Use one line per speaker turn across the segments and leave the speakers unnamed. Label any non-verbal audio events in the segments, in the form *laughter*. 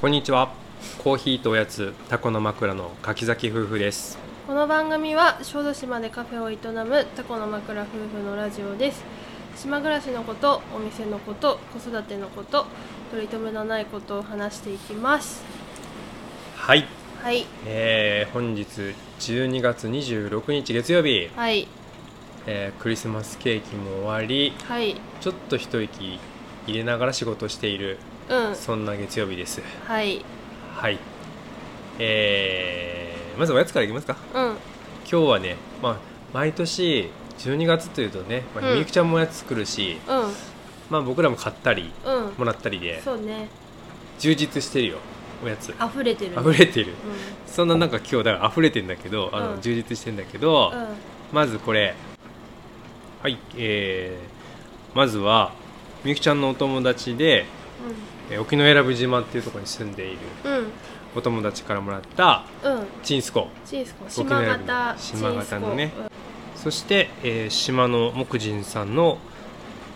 こんにちはコーヒーとおやつタコの枕の柿崎夫婦です
この番組は小豆島でカフェを営むタコの枕夫婦のラジオです島暮らしのことお店のこと子育てのこと取り留めのないことを話していきます
はい、
はい
えー、本日12月26日月曜日、
はい
えークリスマスケーキも終わり
はい
ちょっと一息入れながら仕事している
うん
そんな月曜日です
はい
はいえー、まずおやつからいきますか
うん
今日はね、まあ、毎年12月というとね、まあ
うん
みゆきちゃんもおやつ作るし、まあ、僕らも買ったり
うんうん
もらったりで
そうね
充実してるよおやつ
溢れてるね
溢れてる
うん
そんななんか今日だから溢れてんだけどあの、
うん
充実してんだけど、
うん
まずこれはいえー、まずはみゆきちゃんのお友達で、えー沖永良部島っていうところに住んでいる
うんうん
お友達からもらった
うん
チンスコ
チーズコ
沖縄
島
よりも
型
島型のね
チーズコ
そして、えー島の木人さんの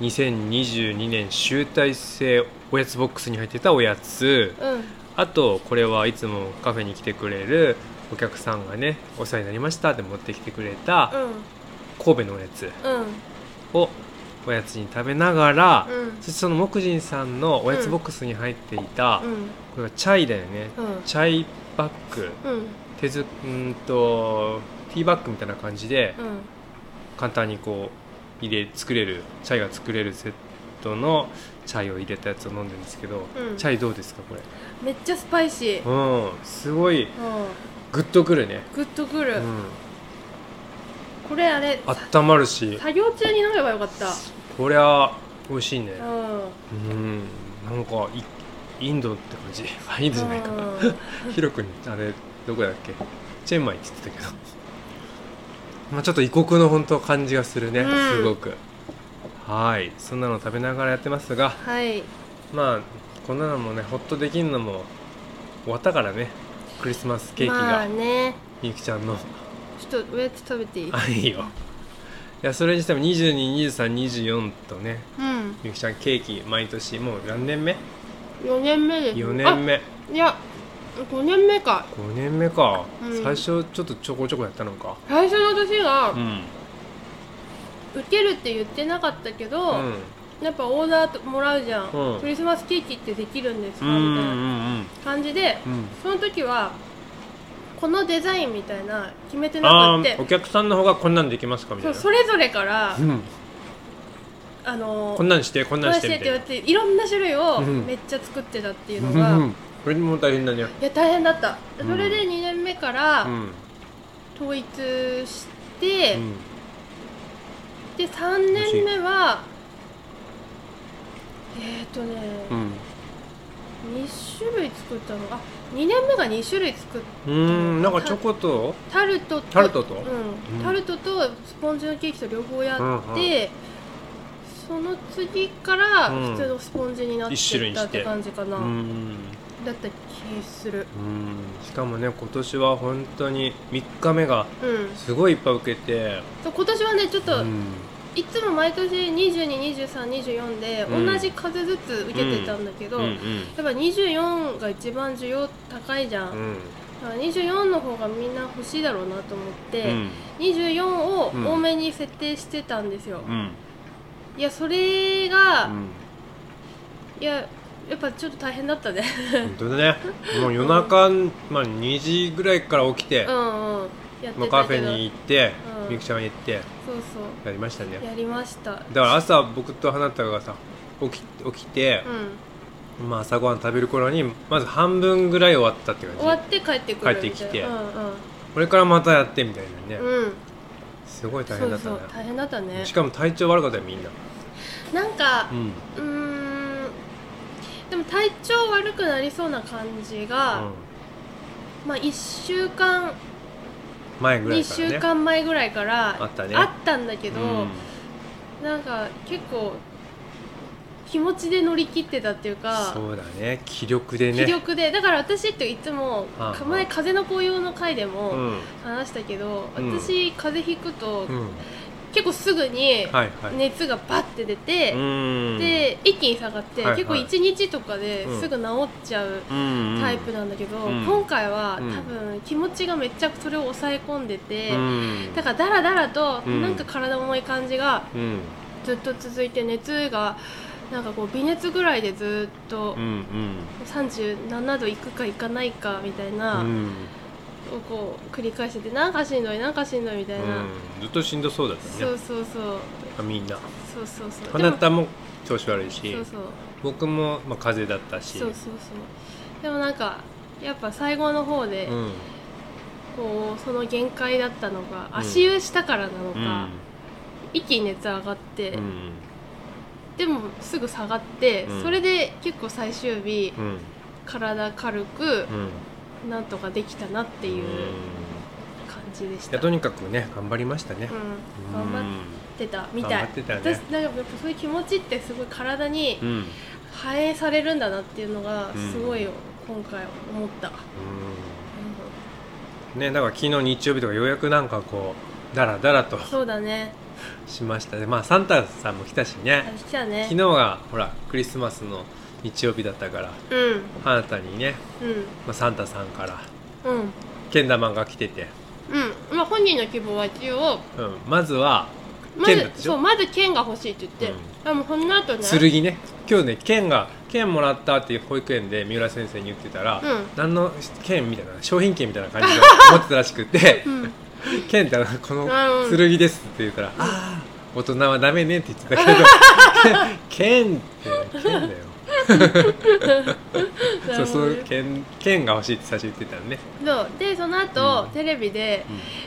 2022年集大成おやつボックスに入ってたおやつ
うんうん
あとこれはいつもカフェに来てくれるお客さんがねお世話になりましたって持ってきてくれた神戸のおやつ
うん
をおやつに食べながら、
うん
そしてその木人さんのおやつボックスに入っていた、
うんうん
これはチャイだよね、
うん
チャイバッグ
うん
手づうーんとティーバッグみたいな感じで
うん
簡単にこう入れ作れるチャイが作れるセットのチャイを入れたやつを飲んでるんですけど、
うん
チャイどうですかこれ
めっちゃスパイシー、
うんすごい
うん、
グッとくるね
グッとくる、
うん
これあれ
あったまるし
作業中に飲めばよかった
こりゃ美味しいね
うん
うんなんかいインドって感じ *laughs* あインドじゃないか
うん
広くにあれどこだっけチェンマイって言ってたけどまあちょっと異国の本当感じがするね、
うん
すごくはいそんなの食べながらやってますが
はい
まあこんなのもねほっとできるのも終わったからねクリスマスケーキ
まあ
が
ね
みゆきちゃんの *laughs*
ちょっとおやつ食べていい
あいいよいやそれにしても222324とね
うん
みゆきちゃんケーキ毎年もう何年目
4年目です
4年目
あいや5年目か
5年目か、
うん
最初ちょっとちょこちょこやったのか
最初の年が
うん
受けるって言ってなかったけ
う
ど、
ん
やっぱオーダーもらうじゃん、
うん
クリスマスケーキってできるんです
う
か
んうん
みたいな
うん
感じで
うん
その時はこのデザインみたいな決めてな
あ
かっ
ーお
た
客さんの方がこんなんできますかみたい
そ
うな
それぞれから
うん、
あのー
こんなんしてこん
こ
なん
う
し
して
て
っ
み
て
たいな
言われていろんな種類を
うん
めっちゃ作ってたっていうのが、
うんう
い
んこれも大変だね
や大変だった、
うん
それで2年目から
うん
統一して、
うん
で3年目はえっ、ー、とね、
うん
2種類作ったのあ2年目が2種類作っ
うーんなんかチョコと
タルトと
タルトと
うん
うん
タルトとスポンジのケーキと両方やって、その次から普通のスポンジになって
一種類
っ
に
た
し
ってて感じか
う
な、
ん
だった気する
うんしかもね今年は本当に3日目が
うん
すごいいっぱい受けて
そう今年はねちょっ
う
と、
ん
いつも毎年222324で
うん
同じ数ずつ受けてたんだけど、
うんう
やっぱ24が一番需要高いじゃん、だ
ん
から24の方がみんな欲しいだろうなと思っ
う
て、
ん
24
うん
を多めに設定してたんですよ、
うん
いやそれ
う
が、
ん
いややっぱちょっと大変だったね
本当だねもう夜中、まあ、2時ぐらいから起きて
う、んうんやってたけ
まあ、
ど
カフェに行って、
うん
みゆきちゃんに行って
そう
やりましたね
そうやりました
だから朝僕と花束がさ起き起きて
う、ん
まあ、朝ごはん食べる頃にまず半分ぐらい終わったって
終わ
感
っ
じ
て帰ってくるみたいな
帰ってきて
うん
これからまたやってみたいなね、
うん、うん、
すごい大
そ
変だ
う
った
そ
ね
う大変だったね
しかも体調悪かったよみんな
なんか
うん、うん、
うーんでも体調悪くなりそうな感じが、まあ1週間、
前ぐら
2
いからね
週間前ぐらいから
あったね
たんだけど、
うん
なんか結構気持ちで乗り切ってたっていうか、
そうだね気力でね
気力でだから私っていつも
ああ
前風邪の紅葉の回でも
うん
話したけど、
うん
私風邪ひくと、
うん
結構すぐに
はいはい、
熱がバッて出て、
うーん、
で一気に下がって、
はいはい
結構1日とかで
うん
すぐ治っちゃう
うんうん、
タイプなんだけど、
うん
今回は
うん
多分気持ちがめっちゃそれを抑え込んでて、
うん、
だからダラダラと
うん
なんか体重い感じが
うん
ずっと続いて熱がなんかこう微熱ぐらいでずっと
うんうん
37度いくかいかないかみたいな
うん
をこう繰り返しててなんかしんどいなんかしんどいみたいな、
ずっとしんどそうだった
そ
ね
うそうそう
みんな
そうそうそう
あ
で
な
も
たも調子悪いし
そうそう
僕も、まあ、風邪だったし
そうそうそうでもなんかやっぱ最後の方で、
うん
こうその限界だったのが
ん
足湯したからなの
う
か、
ん
一気に熱上がって、
うん
でもすぐ下がって、
うん
それで結構最終日、
うん
体軽
うん
くなんとかできたなっていう
うん
感じで
い
し
や
た、う
と
ん
にかくね頑張りましたね、
頑張ってたみたい
頑張ってたね
私なんかやっぱそういう気持ちってすごい体に
うん、うん
反映されるんだなっていうのが
うん
すごい今回思った、うん
うんねだから昨日日曜日とかようやくなんかこうだらだらと
そうだね
しましたねまあサンタさんも来たし
あ
ね
れ来たね
昨日がほらクリスマスの日曜日だったから
うん
あなたにね、
うん
まあ、サンタさんから
うん
けん玉が来てて、
うん、まあ、本人の希望は一応
うん、まずは
ま
剣だ
ず
ったでしょ
そうまず剣が欲しいって言って、あもうこの後ね
剣ね今日ね剣が剣もらったっていう保育園で三浦先生に言ってたら、
うん
何の剣みたいな商品券みたいな感
*laughs*
じで持ってたらしくて
うん
「剣ってあのこの
うんうん
剣です」って言ったら「ああ大人はダメね」って言ってたけ
*laughs*
ど「剣って剣だよ」
な
そう
るほ
そ
ど
う
ね
剣剣が欲しいって最初言ってたのね、
そうでその後、
うん
テレビで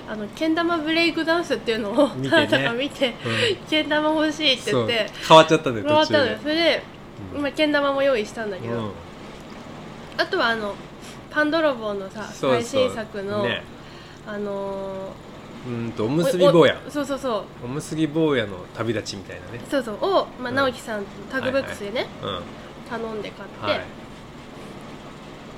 うん
あのけん玉ブレイクダンスっていうのを
見てね
あなたが見て
うん
けん玉欲しいって
そ
言
う
って
変わっちゃったんだよ
もらっ
途
た
中
のよ
で
それで、
うん
まあ、けん玉も用意したんだけど、
うん
あとはあのパン泥棒のさ
そうそう
最新作の、
ね
あのー
うんとおむすび坊や
おおそうそうそう
おむすび坊やの旅立ちみたいなね
そうそうを、まあ
うん
直樹さんタグブックスでね、
うん
頼んで買って、
はい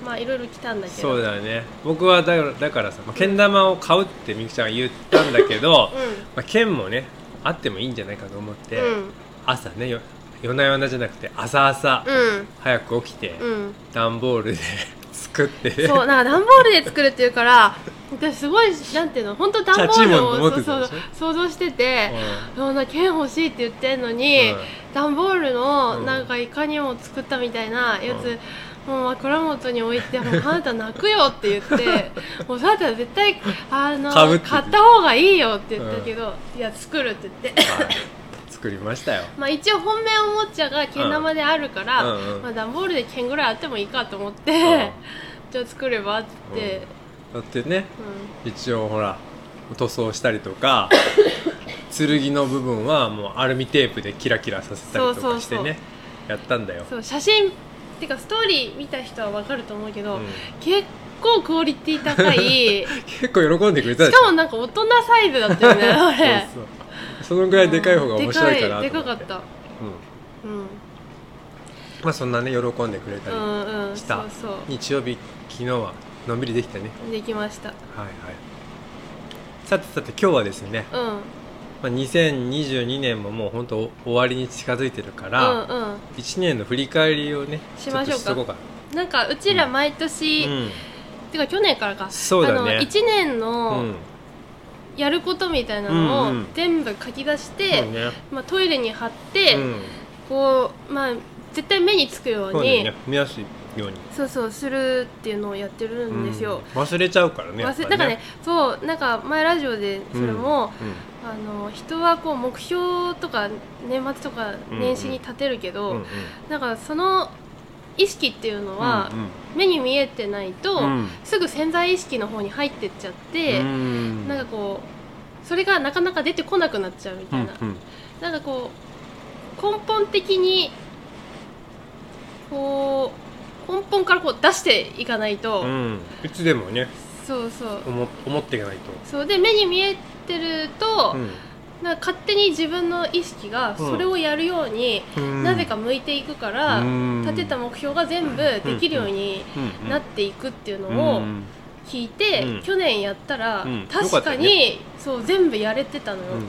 まあいろいろ来たんだけど
そうだよね僕はだからだからさ、まあ、けん玉を買うってみゆきちゃんが言ったんだけど、ま
う
あ、剣もねあってもいいんじゃないかと思って、
んうん
朝ねよ夜な夜なじゃなくて朝朝、
うん
早く起きて、
うん
段ボールで *laughs* 作ってね
そうなんか段ボールで作るっていうから私すごいなんていうの本当段ボールを
チャチーモン
そ
持っ
う
てた
そう
でし
想像してて、そんな剣欲しいって言ってんの
うん
に、段ボールの
うん
なんかいかにも作ったみたいなやつ、もう枕元に置いて「もうあなた泣くよ」って言って
*laughs*
「もうあなた絶対あの
買うって言って
買った方がいいよ」って言ったけど「いや作る」って言って *laughs*
はい作りましたよ
まあ一応本命おもちゃがけん玉であるから、
うんうん
まあ、段ボールで剣ぐらいあってもいいかと思って、じゃあ作ればって言って、
だってね
うん
一応ほら塗装したりと
*coughs*
か剣の部分はもうアルミテープでキラキラさせたりとかしてね
そうそう
やったんだよ
そう写真っていうかストーリー見た人はわかると思うけど、
うん
結構クオリティ高
*laughs*
いし
結構喜んでくれたでしょ
かもなんか大人サイズだったよねあれ
そうそうそのぐらいでかい方が面白いかなと思って
でかいでかかった
うん
うん
まあそんなね喜んでくれた
う
り、
んうん
し
そ
た
うそ
日曜日昨日はのんびりできたね
うできました
はいはいさてさて今日はですね、
うん
まあ、2022年ももう本当終わりに近づいてるから、
うんうん
1年の振り返りをね
しましょうか
ちっとしとこうかな
なんかうちら毎年、
うん
てか去年からか
そうだね
あの1年
う
の
ん
やることみたいなのを
うんうん
全部書き出して、
そうね
まあ、トイレに貼って、
うん
こうまあ絶対目につくよう
そうだ
に
よね見やすいように
そうそうするっていうのをやってるんですよ、
うん忘れちゃうからねやっぱ
忘れ
り
なんかねそうなんか前ラジオでそれも、
うん
あの人はこう目標とか年末とか年始に立てるけど、
うんうん
なんかその意識っていうのは
うんうん
目に見えてないと、
うん
すぐ潜在意識の方に入ってっちゃって、
うん
なんかこうそれがなかなか出てこなくなっちゃうみたいな、
うんうん
なんかこう根本的にこう根本からこう出していかないと、
うん、いつでもね
そうそう
思思っていかないと、
そうで目に見えてると、なんか勝手に自分の意識がそれをやるように、
うん
なぜか向いていくから、
うん
立てた目標が全部できるようになっていくっていうのを
うん
聞いて、
うん
去年やったら、
うん
確
よかっ
か
た
に
ね
そう全部やれてたのよ、
うん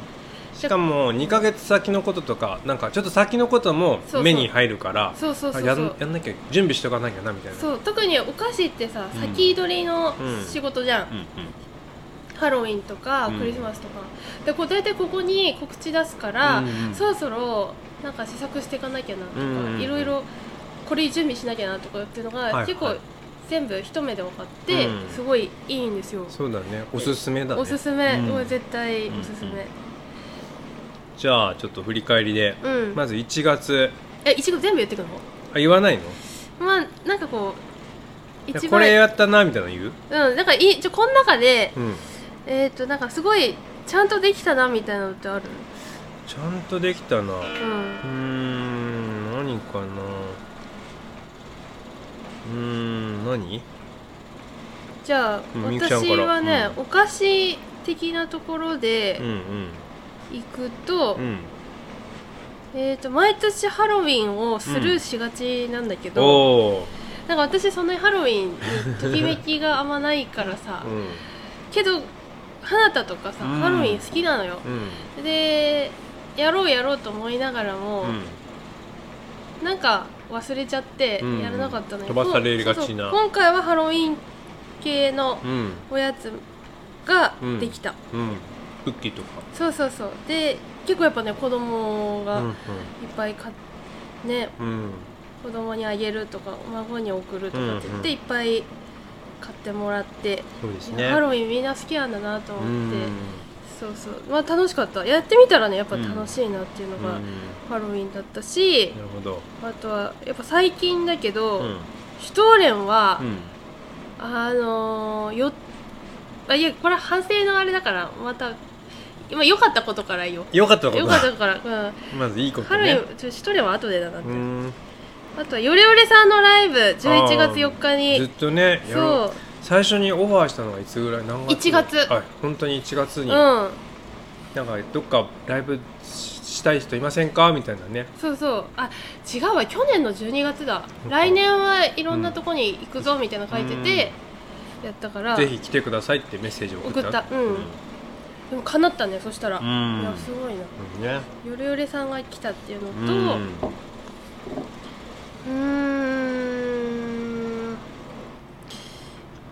しかも2ヶ月先のこととかなんかちょっと先のことも
そうそう
目に入るから
そうそうそう
あや
そ
ん
う
やんなきゃ準備しとかなきゃなみたいな
そう特にお菓子ってさ
うん
先取りの
うん
仕事じゃん、
うんうん
ハロウィンとか
うん
クリスマスとか、でこう大体ここに告知出すから、
うんうん
そろそろなんか試作していかなきゃなとか、
うんうんうん
いろいろこれ準備しなきゃなとかっていうのが、
いはい
結構全部一目で分かって、
うん
すごいいいんですよ
そうだねおすすめだね
おすすめ、
うん
もう絶対おすすめ
じゃあちょっと振り返りで
うん、
まず1月
えいちご全部言ってくるの
あ言わないの
まあなんかこう一番
これやったなみたいなの言う
うんなんかいいじゃあこの中で
うん
えっ、となんかすごいちゃんとできたなみたいなのってある
ちゃんとできたなう
うん
ーん何かなうーん何
じゃあ
うんみゆきちゃんか
私
ら
はね、
う
お菓子的なところ
う
で
んうん
行くと、
うん
えっ、と毎年ハロウィンをスルーしがちなんだけ
お
ど、
お
なんか私そんなにハロウィンにときめきがあんまないからさ、
うん
けど花田とかさ、
うん
ハロウィン好きなのよ
うん
でやろうやろうと思いながらも、
うん
なんか忘れちゃって
うん
やらなかったのよ、
飛ばされがちな
そうそう今回はハロウィン系の
うん
おやつができた、
うんクッキーとか
そうそうそうで結構やっぱね子供が
う
い
ん
っぱい買っね
うんうん
子供にあげるとか孫に送るとかって言っ
うんうん
ていっぱい買ってもらって、
そうです
い
ね
やハロウィンみんな好きなんだなと
う
思っ
ん
て、そうそうまあ楽しかったやってみたらねやっぱ楽しいなっていうのが、
うん
ハロウィンだったし
なるほど
あとはやっぱ最近だけど、
うん
シュトーレンは、
うん
あのーよあいやこれは反省のあれだからまた今良かったことから言おう
よかったこと
良かったことから、うん、
まずいいこと
ハロウ
ね
ィンちょシュトレは後でだなって、
うん
あとはヨレヨレさんのライブ11月4日
ずっ
に
とねやろう
そ
最初にオファーしたのがいつぐらい何月
1月
はい本当に1月
う
に、
うん
なんかどっかライブししたい人いませんかみたいなね
そうそうあ違うわ去年の12月だ来年はいろんなとこに行くぞみたいなの書いてて、やったから
ぜひ来てくださいってメッセージを送った
送ったうんでも叶ったねそしたら、
う
い
ん
やすごいな
うんね
ヨレヨレさんが来たっていうの
う
と、
ん
うーん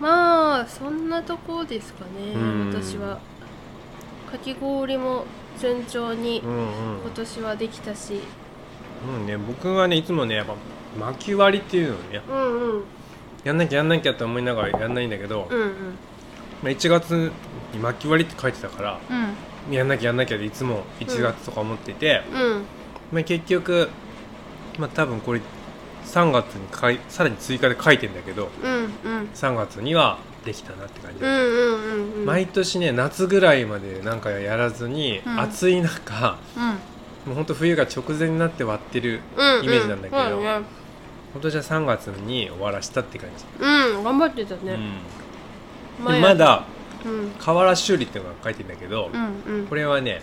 まあそんなとこですかね
うん
私はかき氷も順調に
うんうん
今年はできたし
うんね僕はねいつもねやっぱ巻き割りっていうのをね
うんうん
やんなきゃやんなきゃって思いながらやんないんだけど、
うんうん
まあ1月に巻き割りって書いてたから
うん
やんなきゃやんなきゃでいつも1月とか思ってて、
うん
まあ、結局、まあ、多分これ3月にかいさらに追加で書いてんだけど
うんうん
3月にはできたなって感じ、
うんうんうんうん
毎年ね夏ぐらいまでなんかやらずに、
うん
暑い中もうほんと冬が直前になって割ってる
うん
イメージなんだけど
うんそうね
今年は3月に終わらしたって感じ、
うん頑張ってた
う
ね
ん
前
でまだ
うん
瓦修理っていうのが書いてんだけど、
うんうん
これはね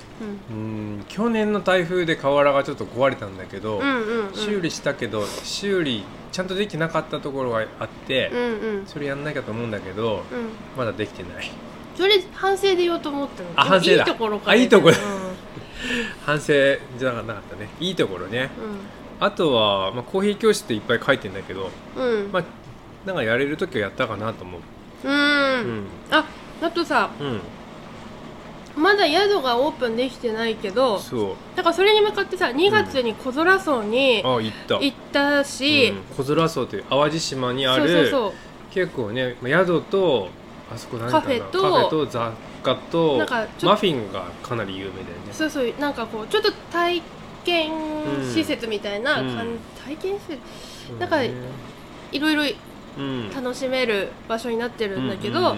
うん
うん去年の台風で瓦がちょっと壊れたんだけど、
うんうんうん
修理したけど修理ちゃんとできてなかったところがあって、
うんうん
それやんなきゃと思うんだけど
うん
まだできてない
それ反省で言おうと思ったの
あ反省だ
いいところから
あいいところ
うん
反省じゃなかったねいいところね
う
あとは、まあ、コーヒー教室っていっぱい書いてんだけど
んうん、
まあなんかやれる時はやったかなと思う
う
う
ん、
ん
ああとさ
うん
まだ宿がオープンできてないけど
そう
だからそれに向かってさ2月に小空荘に
あ行った
行ったし、
うん小空荘という淡路島にあ
そう
る
そうそ
結構ねまあ宿とあそこ何だ
カフェと
カフェと雑貨と
なんかちょっと
マフィンがかなり有名だよね
うそうそうなんかこうちょっと体験施設みたいな、
うん
かん体験施設
そう
なんか
ね
いろいろ
うん
楽しめる場所になってるんだけど、
うん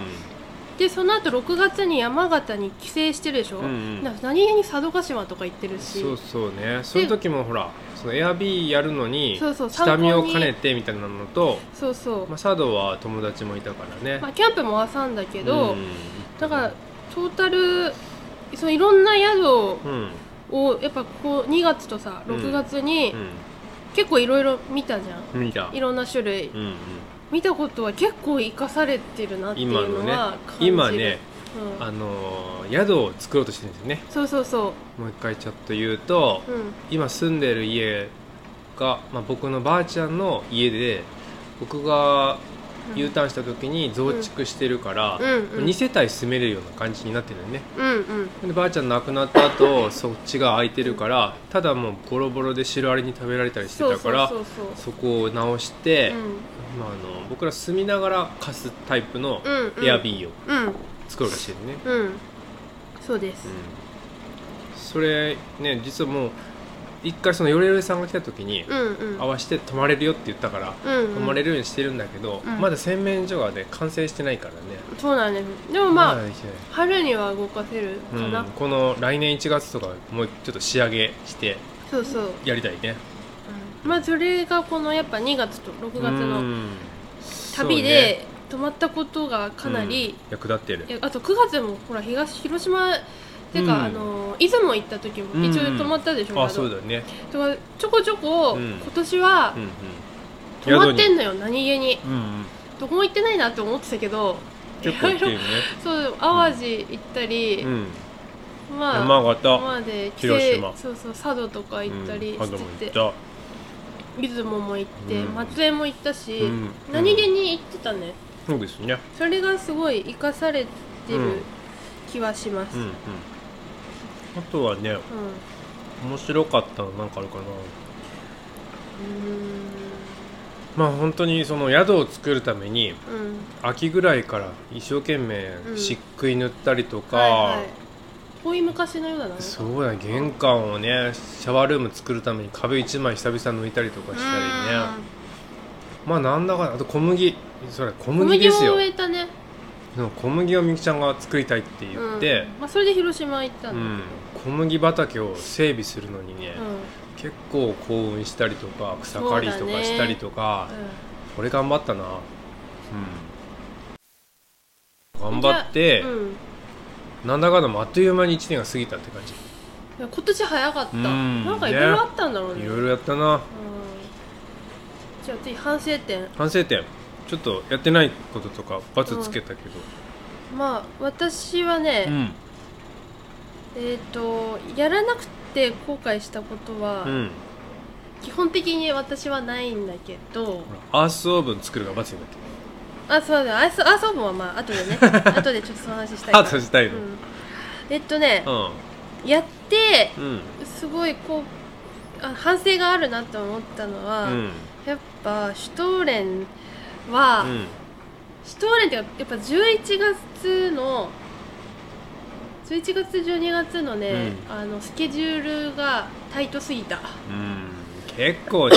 でその後6月に山形に帰省してるでしょ、
うんうん
なんか何気に佐渡島とか行ってるし
そうそうねそういう時もほらそのエアビーやるのに
そうそう
下見を
参考に
兼ねてみたいなのと、
そうそう
まあ、佐渡は友達もいたからね、
まあ、キャンプも挟んだけど、
うん
だからトータルそのいろんな宿
うん
をやっぱこう2月とさ
うん
6月に
う
結構いろいろ見たじゃん、
ん見た
いろんな種類、
うんうん
見たことは結構生かされてるなっていう
今の
の
ね
は感じる
今ね、
うん
あのー宿を作ろうとしてるんですよね
そうそうそ
もう一回ちょっと言うと、
ううん
今住んでる家が、まあ、僕のばあちゃんの家で僕が U ターンした時に増築してるから、
うんうん
2世帯住めれるような感じになってるよね
うんうん
でばあちゃん亡くなった後そっちが空いてるからただもうボロボロでシロアリに食べられたりして
そう
たから
そうそう
そこを直し
そう
て、
うん
まあ、あの僕ら住みながら貸すタイプの
うんうん
エアビーを
うん
作ろうとしてるね、
うんそうです
うんそれね実はもう一回そのヨレヨレさんが来た時に
うんうん
合わせて泊まれるよって言ったから
うん
泊
うん
まれるようにしてるんだけど、
うん
まだ洗面所がね完成してないからね
そうなんですでもまあ
だできてない
春には動かせるか
う、
なん
この来年1月とかもうちょっと仕上げして
そうそう
やりたいね
まあそれがこのやっぱ2月と6月の
の
旅で泊まったことがかなり、
役立ってる
いやあと9月もほら東広島
う
てか、
ん
あの出雲行った時も一応泊まったでしょ、
あ
宿
そうだね
だからちょこちょこ、
うん
今年は
うんうん
泊まって
宿
んのよ何気に
にうんうん
どこも行ってないなって思ってたけど
結構行ってるね
そう淡路行ったり、
うん
まあ
山形
まで帰省
広島
そうそう佐渡とか行ったり
うん角
し
も
て、
行ってた
出雲も行って、
うん
松江も行ったし、
うん
何気に行ってたね
そうですね
それがすごい生かされて
うん
る気はしま
う
す、うん
う
ん
んあとはね面白かったのなんかあるかなまあ本当にその宿を作るために
うーんうん
秋ぐらいから一生懸命
うん
漆喰塗ったりとか、
はいはい、遠い昔のようだな
そうだね玄関をねシャワールーム作るために壁一枚久々抜いたりとかしたりねまあなんだかんだあと小麦それ小
小
麦
麦
で
を
すよ
植えたね
でも小麦をみゆきちゃんが作りたいって言って
う、んまあ、それで広島行った
うん
んだけど、
小麦畑を整備するのにね、
うんうん
結構幸運したりとか草刈り
そ
と
うだ
か
ね
したりとか、これ頑張ったなうん頑張って、
うん
なんだかんだもあっという間に1年が過ぎたって感じ
いや今年早かった、
うん
なんかいろいろあったんだろうね
いろいろやったな
うんじゃあ次反省点
反省点ちょっとやってないこととかバツつけたけど、
まあ私はね、
うん
えっ、とやらなくて後悔したことは、
うん、
基本的に私はないんだけど
ほらアースオーブン作るがバツになって
あそうだアイスアーソーブンはまあ後
*laughs*
でね後でちょっとその話したい
る
な
あとしたいの
うんえっとね、
う
やって
んうん
すごいこうあ反省があるなと思ったのは、
うん
やっぱシュトーレンは、
うん
シュトーレンってやっぱ11月の11月12月のね、
う
あのスケジュールがタイトすぎた
うん結構
*laughs*
ね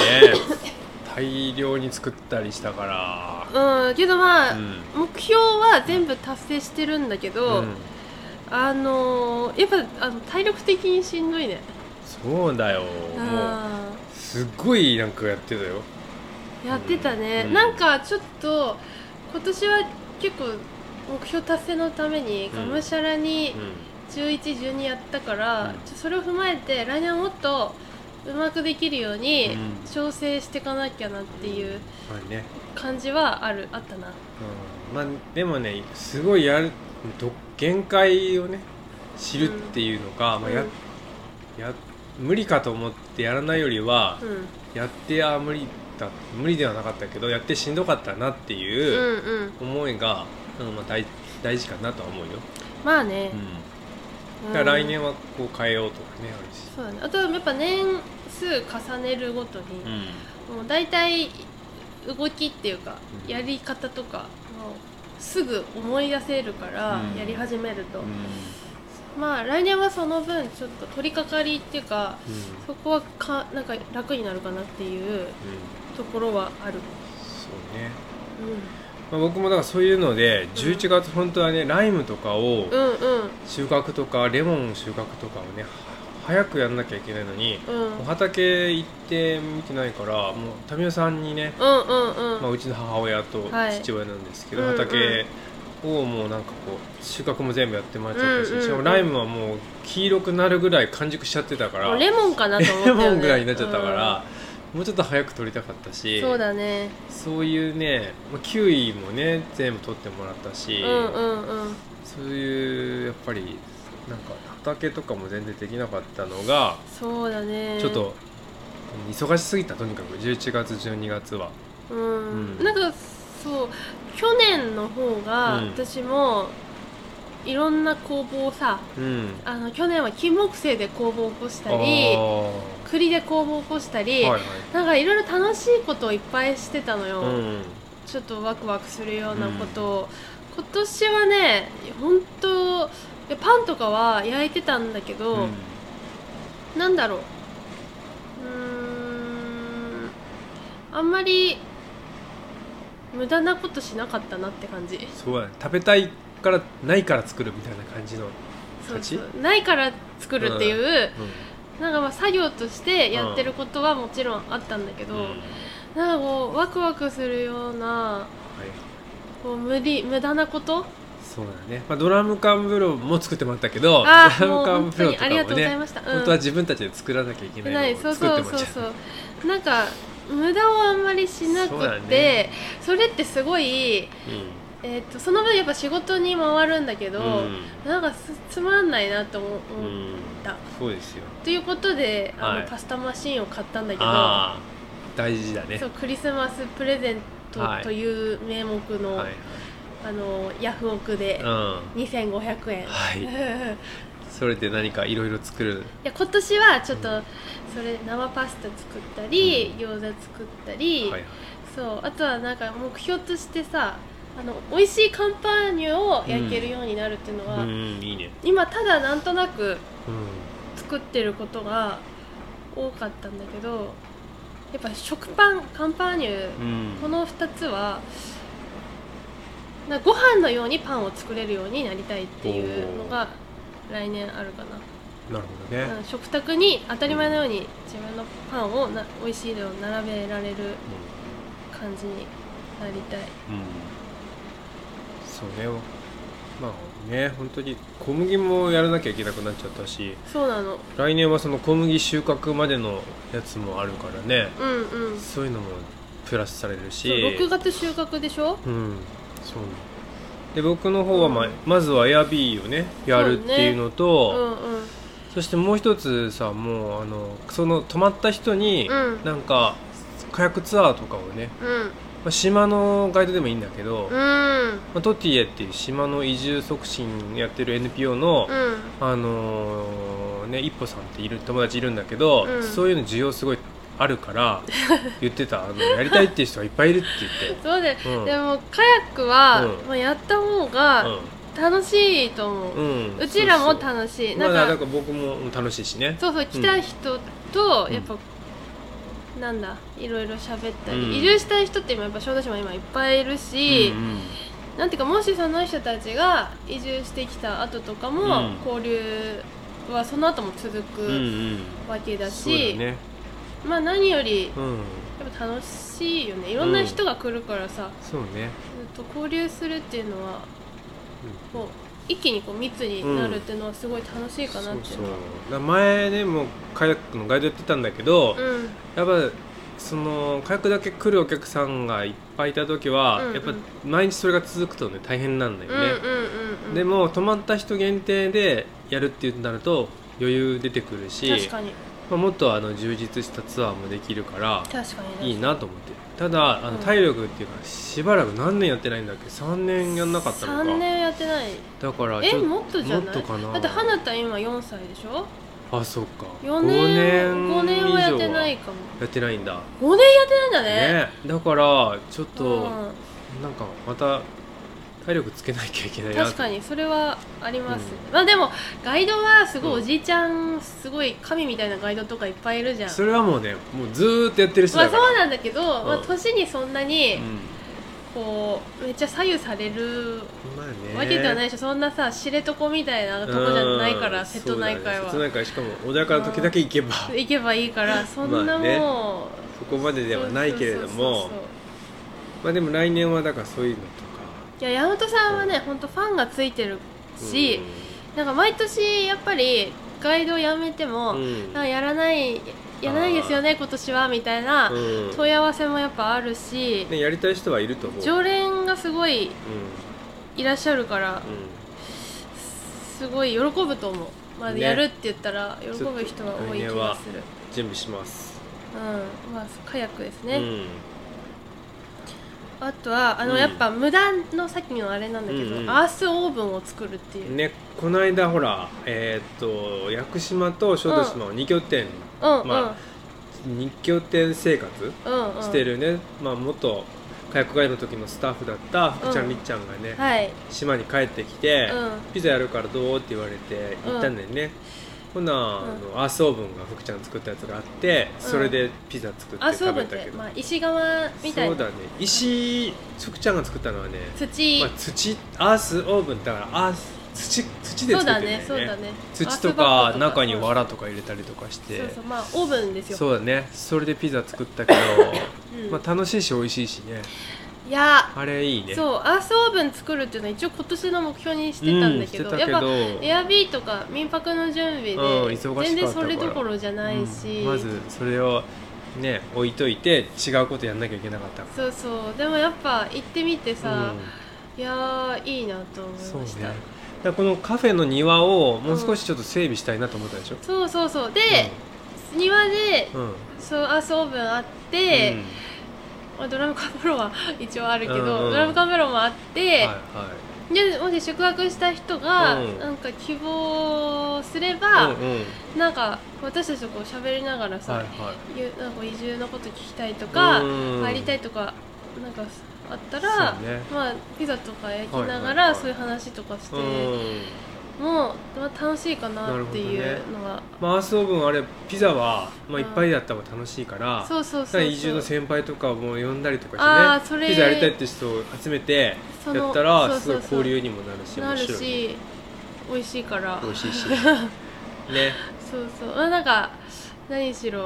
大量に作ったりしたか
うんけどま
ら
あ、
うん
目標は全部達成してるんだけ
う
ど、
ん
あのーやっぱあの体力的にしんどいね
そうだよも
あ
うすっごいなんかやってたよ
ーやってたね、
うん
なんかちょっと今年は結構目標達成のためにがむしゃらに
う
1112やったから、
うん
ちょそれを踏まえて来年はもっとうまくできるように
うん
調整していかなきゃなっていうん
まあね
感じはあるあったな
うんまあでもねすごいやるど限界をね知るっていうのが、まあやや無理かと思ってやらないよりは
う、んうん
やってあ無理だ無理ではなかったけどやってしんどかったなって
う
いうん
うん
思いが、うんまあ、大大事かなとは思うよ、
まあね、
だから来年はこう変えようとかねあるし
そうだねあとはやっぱ年数重ねるごとに、
うん
もう大体動きっていうか
うん
やり方とかもうすぐ思い出せるから
うん
やり始めると、まあ来年はその分ちょっと取り掛かりっていうか
うんうん
そこはかなんか楽になるかなっていうところはある、
そうね、まあ、僕もだからそういうので11月本当はねライムとかを
うん、うんうん
収穫とかレモン収穫とかをねは早くやんなきゃいけないのに
うんうん
もう畑行って見てないからもう民生さんにね、
うんうん
まあ、うちの母親と
はい
父親なんですけど、
うんうん
畑をもうなんかこう収穫も全部やってもらっちゃったし、
うんうんうん
しかもライムはもう黄色くなるぐらい完熟しちゃってたから
もうレモンかなと思った
レ
よ、ね、
モンぐらいになっちゃったから、もうちょっと早く取りたかったし
そうだね
そういうね、まあ、キウイもね全部取ってもらったし、
うんうんうん
そういうやっぱりなんか畑とかも全然できなかったのが、
そうだね
ちょっと忙しすぎたとにかく11月12月は
うん、
うん
なんかそう去年の方が
うん
私もいろんな工房をさ
うん
あの去年は金木犀で工房を起こしたり
あー
栗で工房を起こしたり、
はいはい
なんかいろいろ楽しいことをいっぱいしてたのよ、
うん
ちょっとワクワクするようなことを、今年はね本当いやパンとかは焼いてたんだけど、
うん
なんだろううーんあんまり無駄なことしなかったなって感じ
そうだね食べたいからないから作るみたいな感じの、うん、
そう
立ち
そうないから作るっていう、なんかまあ作業としてやってることはもちろんあったんだけど、
うんはい
なんかこうワクワクするようなこう無理無駄なこと
そうだね、まあ、ドラム缶風呂も作ってもらったけどド
あ
ラ
あも
ム
う
缶
本当
風呂
に
とかも
あり
ね
がとうございました、うん
本当は自分たちで作らなきゃいけな
ないい
も
そ
のを作っ
うそ
ても
うそ
らっ
う
ちゃ
そうなんか無駄をあんまりしなく
そうだ
てそ,、
ね
れってすごい、
う、
えー、とその分やっぱ仕事に回るんだけど、
うん
なんかすつまんないなと思
うん
思った、
そうですよ
ということであの、
はい
パスタマシンを買ったんだけど
ああ大事だね
そうクリスマスプレゼント
はい
という名目の,、
はい
あのヤフオクで
うん
2500円、
はい
*laughs* い
それで何かいろいろ作る
や今年はちょっと、
う
それ生パスタ作ったり、
うん
餃子作ったり、
はいはい
そうあとはなんか目標としてさあの美味しいカンパーニュを焼けるようになるっていうのは、
うんいいね
今ただなんとなく
うん
作ってることが多かったんだけどやっぱ食パンカンパーニュ、
うん
この2つはなご飯のようにパンを作れるようになりたいっていうのが来年あるかな、
なるほどね、
うん食卓に当たり前のように自分のパンをな美味しいのを並べられる感じになりたい
うんうんそうねまあね本当に小麦もやらなきゃいけなくなっちゃったし
そうなの
来年はその小麦収穫までのやつもあるからね
うんうん
そういうのもプラスされるし
そう6月収穫でしょ
うんそうで僕の方はま,、あまずはエアビーをねやるっていうの
うん
と
うん
そ,、してもう一つさもうあのその泊まった人に、
うん
なんかカヤックツアーとかをね、
うん
まあ、島のガイドでもいいんだけど、ま
うん
あ、トティエっていう島の移住促進やってる NPO の、
うん
あのーね一歩さんっている友達いるんだけど、
うん
そういうの需要すごいあるから言ってたあのやりたいっていう人がいっぱいいるって言って。
そうだよ、
うん
でもカヤックは、
うん
まあ、やった方が楽しいと思
う
う、
ん
うちらも
しい
楽しい
まあ、
な
なんん
か
か僕も楽しいしね
そうそう来た人と、
うん
やっぱなんだいろいろ喋ったり、
うん
移住したい人って今やっぱ小豆島今いっぱいいるし、
うん
なんていうかもしその人たちが移住してきた後とかも、
うん
交流はその後も続
うんうん
くわけだ
そう
し、
だね
まあ何より
うん
やっぱ楽しいよねいろんな人が来るからさ、
そうね
ずっと交流するっていうのは
うん
こう一気にこう密になるっていうのはすごい楽しい
そ
か
う
なってい
そう
うのは
だ前ねもうカヤックのガイドやってたんだけど、
うん
やっぱそのカヤックだけ来るお客さんがいっぱいいた時は、
うんうん
やっぱ毎日それが続くとね大変なんだよ
うんうん
ね、
うんうん
でも泊まった人限定でやるってなると余裕出てくるし
確かに
まあ、もっとあの充実したツアーもできるから
確かに
いいなと思ってただあの
うん
体力っていうかしばらく何年やってないんだっけ3年やんなかったのか
3年やってない
だから
え
ちょ
もっとじゃない
もっとかな
だって花た今4歳でしょ
あそっか
4年
五
5年はやって
以上は
ないかも
やってないんだ
5年やってないんだね
ねだからちょっと
うん
なんかまた体力つけなきゃいけないな
確かにそれはあります、
う
まあでもガイドはすごいおじいちゃん、すごい神みたいなガイドとかいっぱいいるじゃん
それはもうねもうずーっとやってる人
まあ
だ
そ
から、
うなんだけど、まあ
うん
年にそんなにこうめっちゃ左右される
うんまあね
わけではない
い
でしょそんなさ知床みたいなとこじゃないから瀬戸内海は、
瀬戸内海しかも穏やかな時だけ行けば
行けばいいからそんなもう、
ねそこまでではないけれども
そうそうそうそう
まあでも来年はだからそういうのと
いや山本さんはね本当ファンがついてる
か
し、なんか毎年やっぱりガイドをやめても、
うん
なんかやらないやらないですよね今年はみたいな
うん
問い合わせもやっぱあるし、
ね、やりたい人はいると思う、うん
常連がすごいいらっしゃるからすごい喜ぶと思うまず
ね
やるって言ったら喜ぶ人は多い気がする、
準備します、
うんまあカヤックですね、
うん
あとはあ
う
の、
ん
やっぱ無駄のさっきのあれなんだけど、
うんうん
アースオーブンを作るっていう、
ね、この間ほら、えーっと屋久島と小豆島の二拠点、
うんうん、
ま二拠点生活
うんうん
してるね、まあ、元火薬会の時のスタッフだった福ちゃん、
うん
みっちゃんがね、
はい
島に帰ってきて、
うん
ピザやるからどうって言われて
うん
行ったんだよね、ほな、あのアースオーブンが福ちゃん作ったやつがあってそれでピザ作っ
アー
て
スオー
食
ブン
べ
っ
け
たて、
ど、
まあ、石窯みたい
そう
な
だね石福ちゃんが作ったのはね、
土、
まあ、土アースオーブンだからアース土土で作っ
そう
てる
だ
んだよ
ね
ね
そうだね
土とか中に
割
藁とか入れたりとかして、
そうそうまあオーブンですよ
そうだねそれでピザ作ったけど、
うん
まあ、楽しいし美味しいしね
いや
あれいいね
そうアースオーブン作るっていうのは一応今年の目標にしてたんだけど,、
うんしてたけ
やっ
ど
ぱエアビーとか民泊の準備で、
うん忙しかったから
全然それどころじゃないし、
うんまずそれをね置いといて違うことやんなきゃいけなかった
そうそうでもやっぱ行ってみてさ、
う
いやーいいなと思い
ん、そう
ま
ね
した
だからこのカフェの庭をもう少しちょっと整備したいなと思ったでしょ、
そう,、そうそうで、庭で、
うんうん
そうアースオーブンあって、まあ、ドラム缶風呂は一応あるけど、
うんうん
ドラム缶風呂もあっ
うんは
て、
いは
でもし宿泊した人が、
うん
なんか希望すれ
い
ば、
うんうん
なんか私たちとこう喋りながらさ、
はいはい
ゆなんか移住のこと聞きたいとか、
うん
入りたいとかなんかあったら、
そうね
まあ、ピザとか焼きな
は
が
いはいは
ら
い
そういう話とかして、
うん
もう、まあ、楽しいかなってい
なる
う
ほ
のが、
まあ、アースオーブンあれピザは、まあ、
うん
いっぱいだったら楽しいから、
そうそう
だか
そう
ら
そう
移住の先輩とかも呼んだりとか
あー
して
そ
ね
れ
ピザやりたいって人を集めて
その
やったら
そう
すごい
そうそう
交流にもなるし
な
面
る
白いね
し美味しいから
美味しいし
*laughs*
ね、
そうそうまあなんか何しろ
う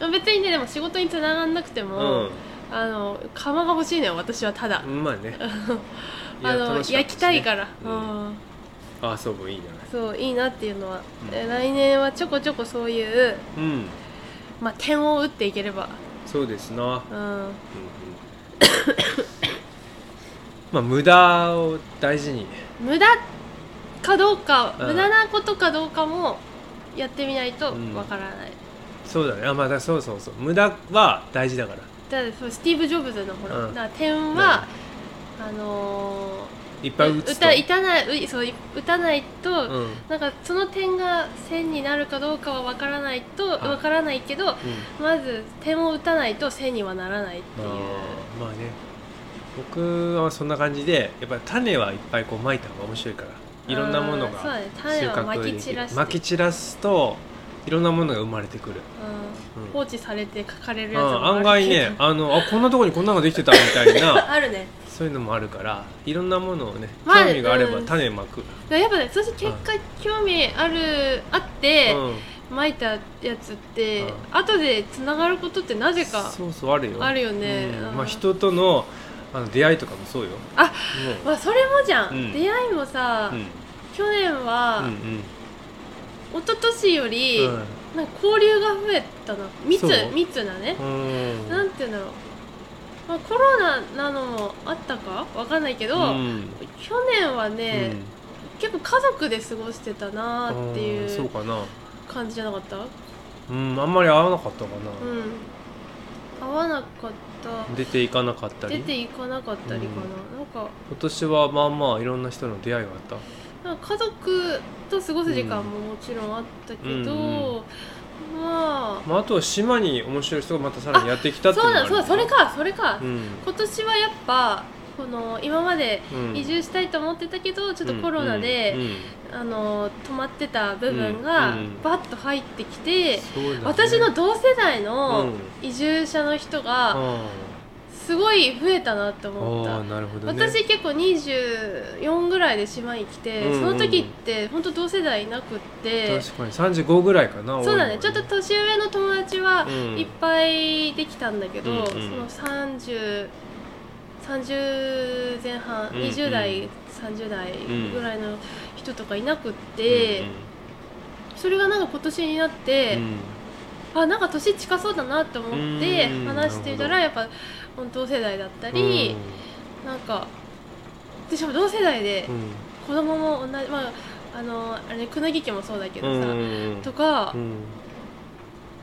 まあ別にねでも仕事につながんなくても、
ん、
あの釜が欲しいのよ私はただ、
うん、まあねいや
あの
楽しかったですね
焼きたいから、
う
うんん
アースオーブンいいじゃない
そういいなっていうのは、
うん
え来年はちょこちょこそういう、
うん
まあ、点を打っていければ、
そうですな、うんうん、
うん、
*coughs* まあ無駄を大事に
無駄かどうか、
うん
無駄なことかどうかもやってみないとわからない、
そうだねあまあだそうそうそう無駄は大事だから
だからそうスティーブ・ジョブズのほら、
うん
だから点は、あの
いっぱい
ー、
打つ
打
と
た打たないうそう打たないと、
うん、うん
なんかその点が線になるかどうかはわからないと
い
わからないけどまず点を打たないと線にはならないって
あ
いう
ーまあね僕はそんな感じでやっぱり種はいっぱいこうまいた方が面白いからいろんなもの
あーそうだ
が
ね種
収
は
穫
撒
で
き
き
散
る
らして
まき散らすといろんなものが生まれてくる、
うん
うん
放置されて書かれる
うん、
やつもある
案外ねあのあこんなとこにこんなのができてたみたいな
*laughs* あるね
そういうのもあるからいろんなものをね興
まあ
味があれば
うん
種まく、
だからやっぱねそして結果興味あるあって
うん
撒いたやつって
う
後でつながることってなぜか
そうそうあるよ
あるよね
うん
うん
まあ、人とのあの出会いとかもそうよ
あ
も
まあそれもじゃん、
うん
出会いもさ、
ううん
去年は、
うん
一昨年より、
うん
なんか交流が増えたな密
そう
密なね、
うん
なんていうんだろう、まあ、コロナなのもあったかわかんないけど、
うん
去年はね、
うん
結構家族で過ごしてたなーって
ん
い
そう
う
かな
感じじゃなかったう
うんあんまり合わなかったかな、
ん会わなかった
出ていかなかった
出
り今
ていかなかったりかな、なんか
年はまあまあいろんな人の出会いがあった
なんか家族と過ごす時間ももちろんあったけど、
うんうん
まあ
まあ、あとは島に面白い人がまたさらにやってきたっていう
そう
のもある
だそうだそれかそれか、
うん、
今年はやっぱこの今まで
うん
移住したいと思ってたけど、ちょっとコロナで、
うんうん
あの止まってた部分
う
が
んうん
バッと入ってきて、
そうだね
私の同世代
う
の
ん
移住者の人が
うん
すごい増えたなって思った、
ああなるほどね
私結構24ぐらいで島に来て、
うんうん
その時って本当同世代いなくって
確かに35ぐらいかな
そうだねちょっと年上の友達は
うん
いっぱいできたんだけど、
うんうん
その3030前半、
うんうん
20代30代ぐらいの人とかいなくって、
うん
それがなんか今年になって、
うん
あなんか年近そうだなと思って
うん
話していたらやっぱ同世代だったり、なんかでしかも同世代で
うん
子供も同じまああのあれくなぎ家もそうだけ
う
どさ、
ん
とか、
うん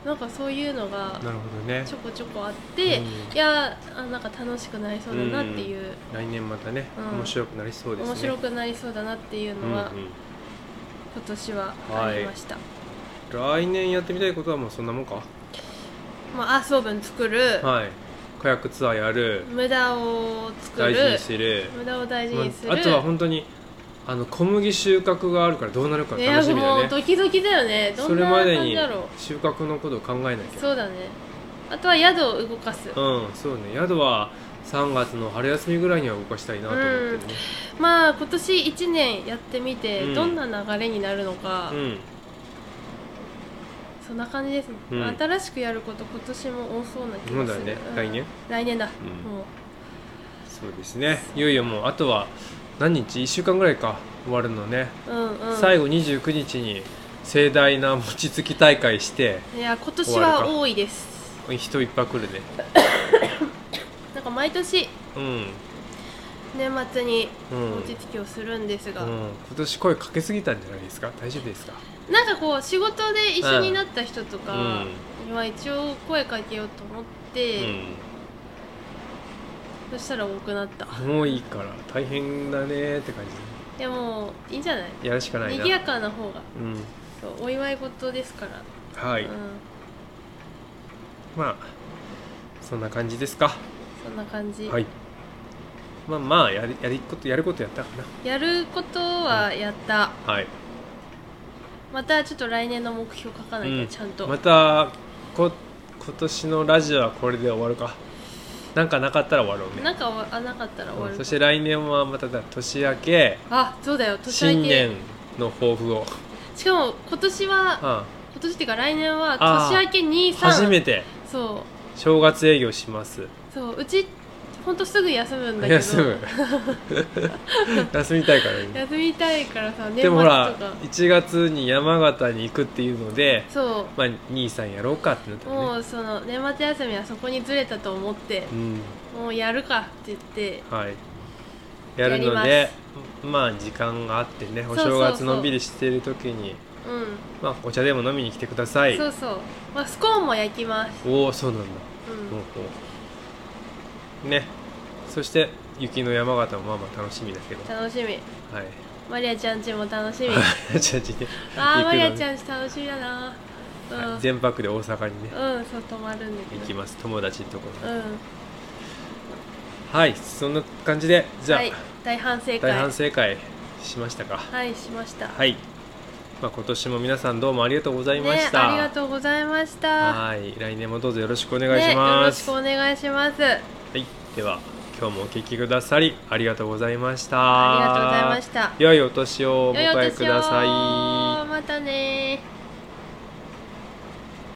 なんかそういうのが
なるほどね
ちょこちょこあって、
うん
いやあなんか楽しくなりそうだなっていう、
来年またね
うん
面白くなりそうですね
面白くなりそうだなっていうのは
うんうん
今年はありました、
来年やってみたいことはもうそんなもんか
まあ、アースオーブン作る、
はいカヤックツアーやる
無駄を作
大
る
事にする
無駄を大事にする、
まああとは本当にあの小麦収穫があるからどうなるか
いや
楽しみ
も
だ
う
ね
ドキドキだよねど
そ
ん
れ
な
まで
感じ
に
だろ
収穫のことを考えな
う
きゃ
そうだねあとは宿を動かす、
うんそうね宿は3月の春休みぐらいには動かしたいなと思ってるね
まあ今年1年やってみて、
うん
どんな流れになるのか、
うん
そんな感じですね、
うん
まあ新しくやること今年も多そうな気
そう
が
だ
する、
ね
うん
来年
来年だ、
うん
もう
そうですねいよいよもうあとは何日1週間ぐらいか終わるのね、
うんうん
最後29日に盛大な餅つき大会して
いや今年
終わる
は
か
多いです
人いっぱい来るね
なんか毎年
うん
年末に
うん
餅つきをするんですが、
うん、今年声かけすぎたんじゃないですか大丈夫ですか
なんかこう仕事で一緒になった人とか
うん
には一応声かけようと思っ
う
て、
ん
そしたら多くなった
もういいから大変だねって感
いやもういいんじゃない
じやるしかないな
賑やかな方が
うん
そうお祝い事ですから、
はい、
うん、
まあそんな感じですか
そんな感じ、
はいまあまあやりやりことやることやったか
やることはやった、
なはい
またちょっと来年の目標書かなきゃ、
うん
ちゃんと、
またこ今年のラジオはこれで終わるかなんかなかったら終わろうね
なんかわあなかったら終わる
そして来年はまただ年明け
あそうだよ年
新
明け
年の抱負を、
しかも今年は
うん、
今年っていうか来年は
あー
年明け23
初めて
そう
正月営業します
そううちほんとすぐ休むんだけど
休
*laughs*
む休みたいからね
休みたいからさ年末
で
と
もほら
か
1月に山形に行くっていうので
そ
まあ兄さんやろうかってなっ
う
たら
も
ね
うその年末休みはそこにずれたと思って
うん
もうやるかって言って
はいやるの
や
でまあ時間があってねお
そうそ
正
うそう
月のんびりしてる時に
うん、
まあお茶でも飲みに来てください
そうそう、まあ、スコーンも焼きます、
おおそうなんだ
うん
ほうほうねそして雪の山形もまあまあ楽しみだけど
楽しみ
はい
マリアちゃんちも
*laughs*
楽しみ
じゃあ次ね
あーマリアち
行
ゃんち楽しみだなう
く
ん、
のねはい全泊で大阪にね
うんそう泊まるんだけど
行きます友達のところに
うん
はいそんな感じでじゃあ
はい、大反省会
大反省会しましたか
はいしました、
はいまあ今年も皆さんどうもありがとうございま
ね
し、た
ありがとうございました
はい来年もどうぞよろしくお
お
願いします
ね、よろしくお願いします
はいでは今日もお聞きくださりありがとうございました
ありがとうございました
良いお年をお
良いお
迎えく
年を
ださい
またね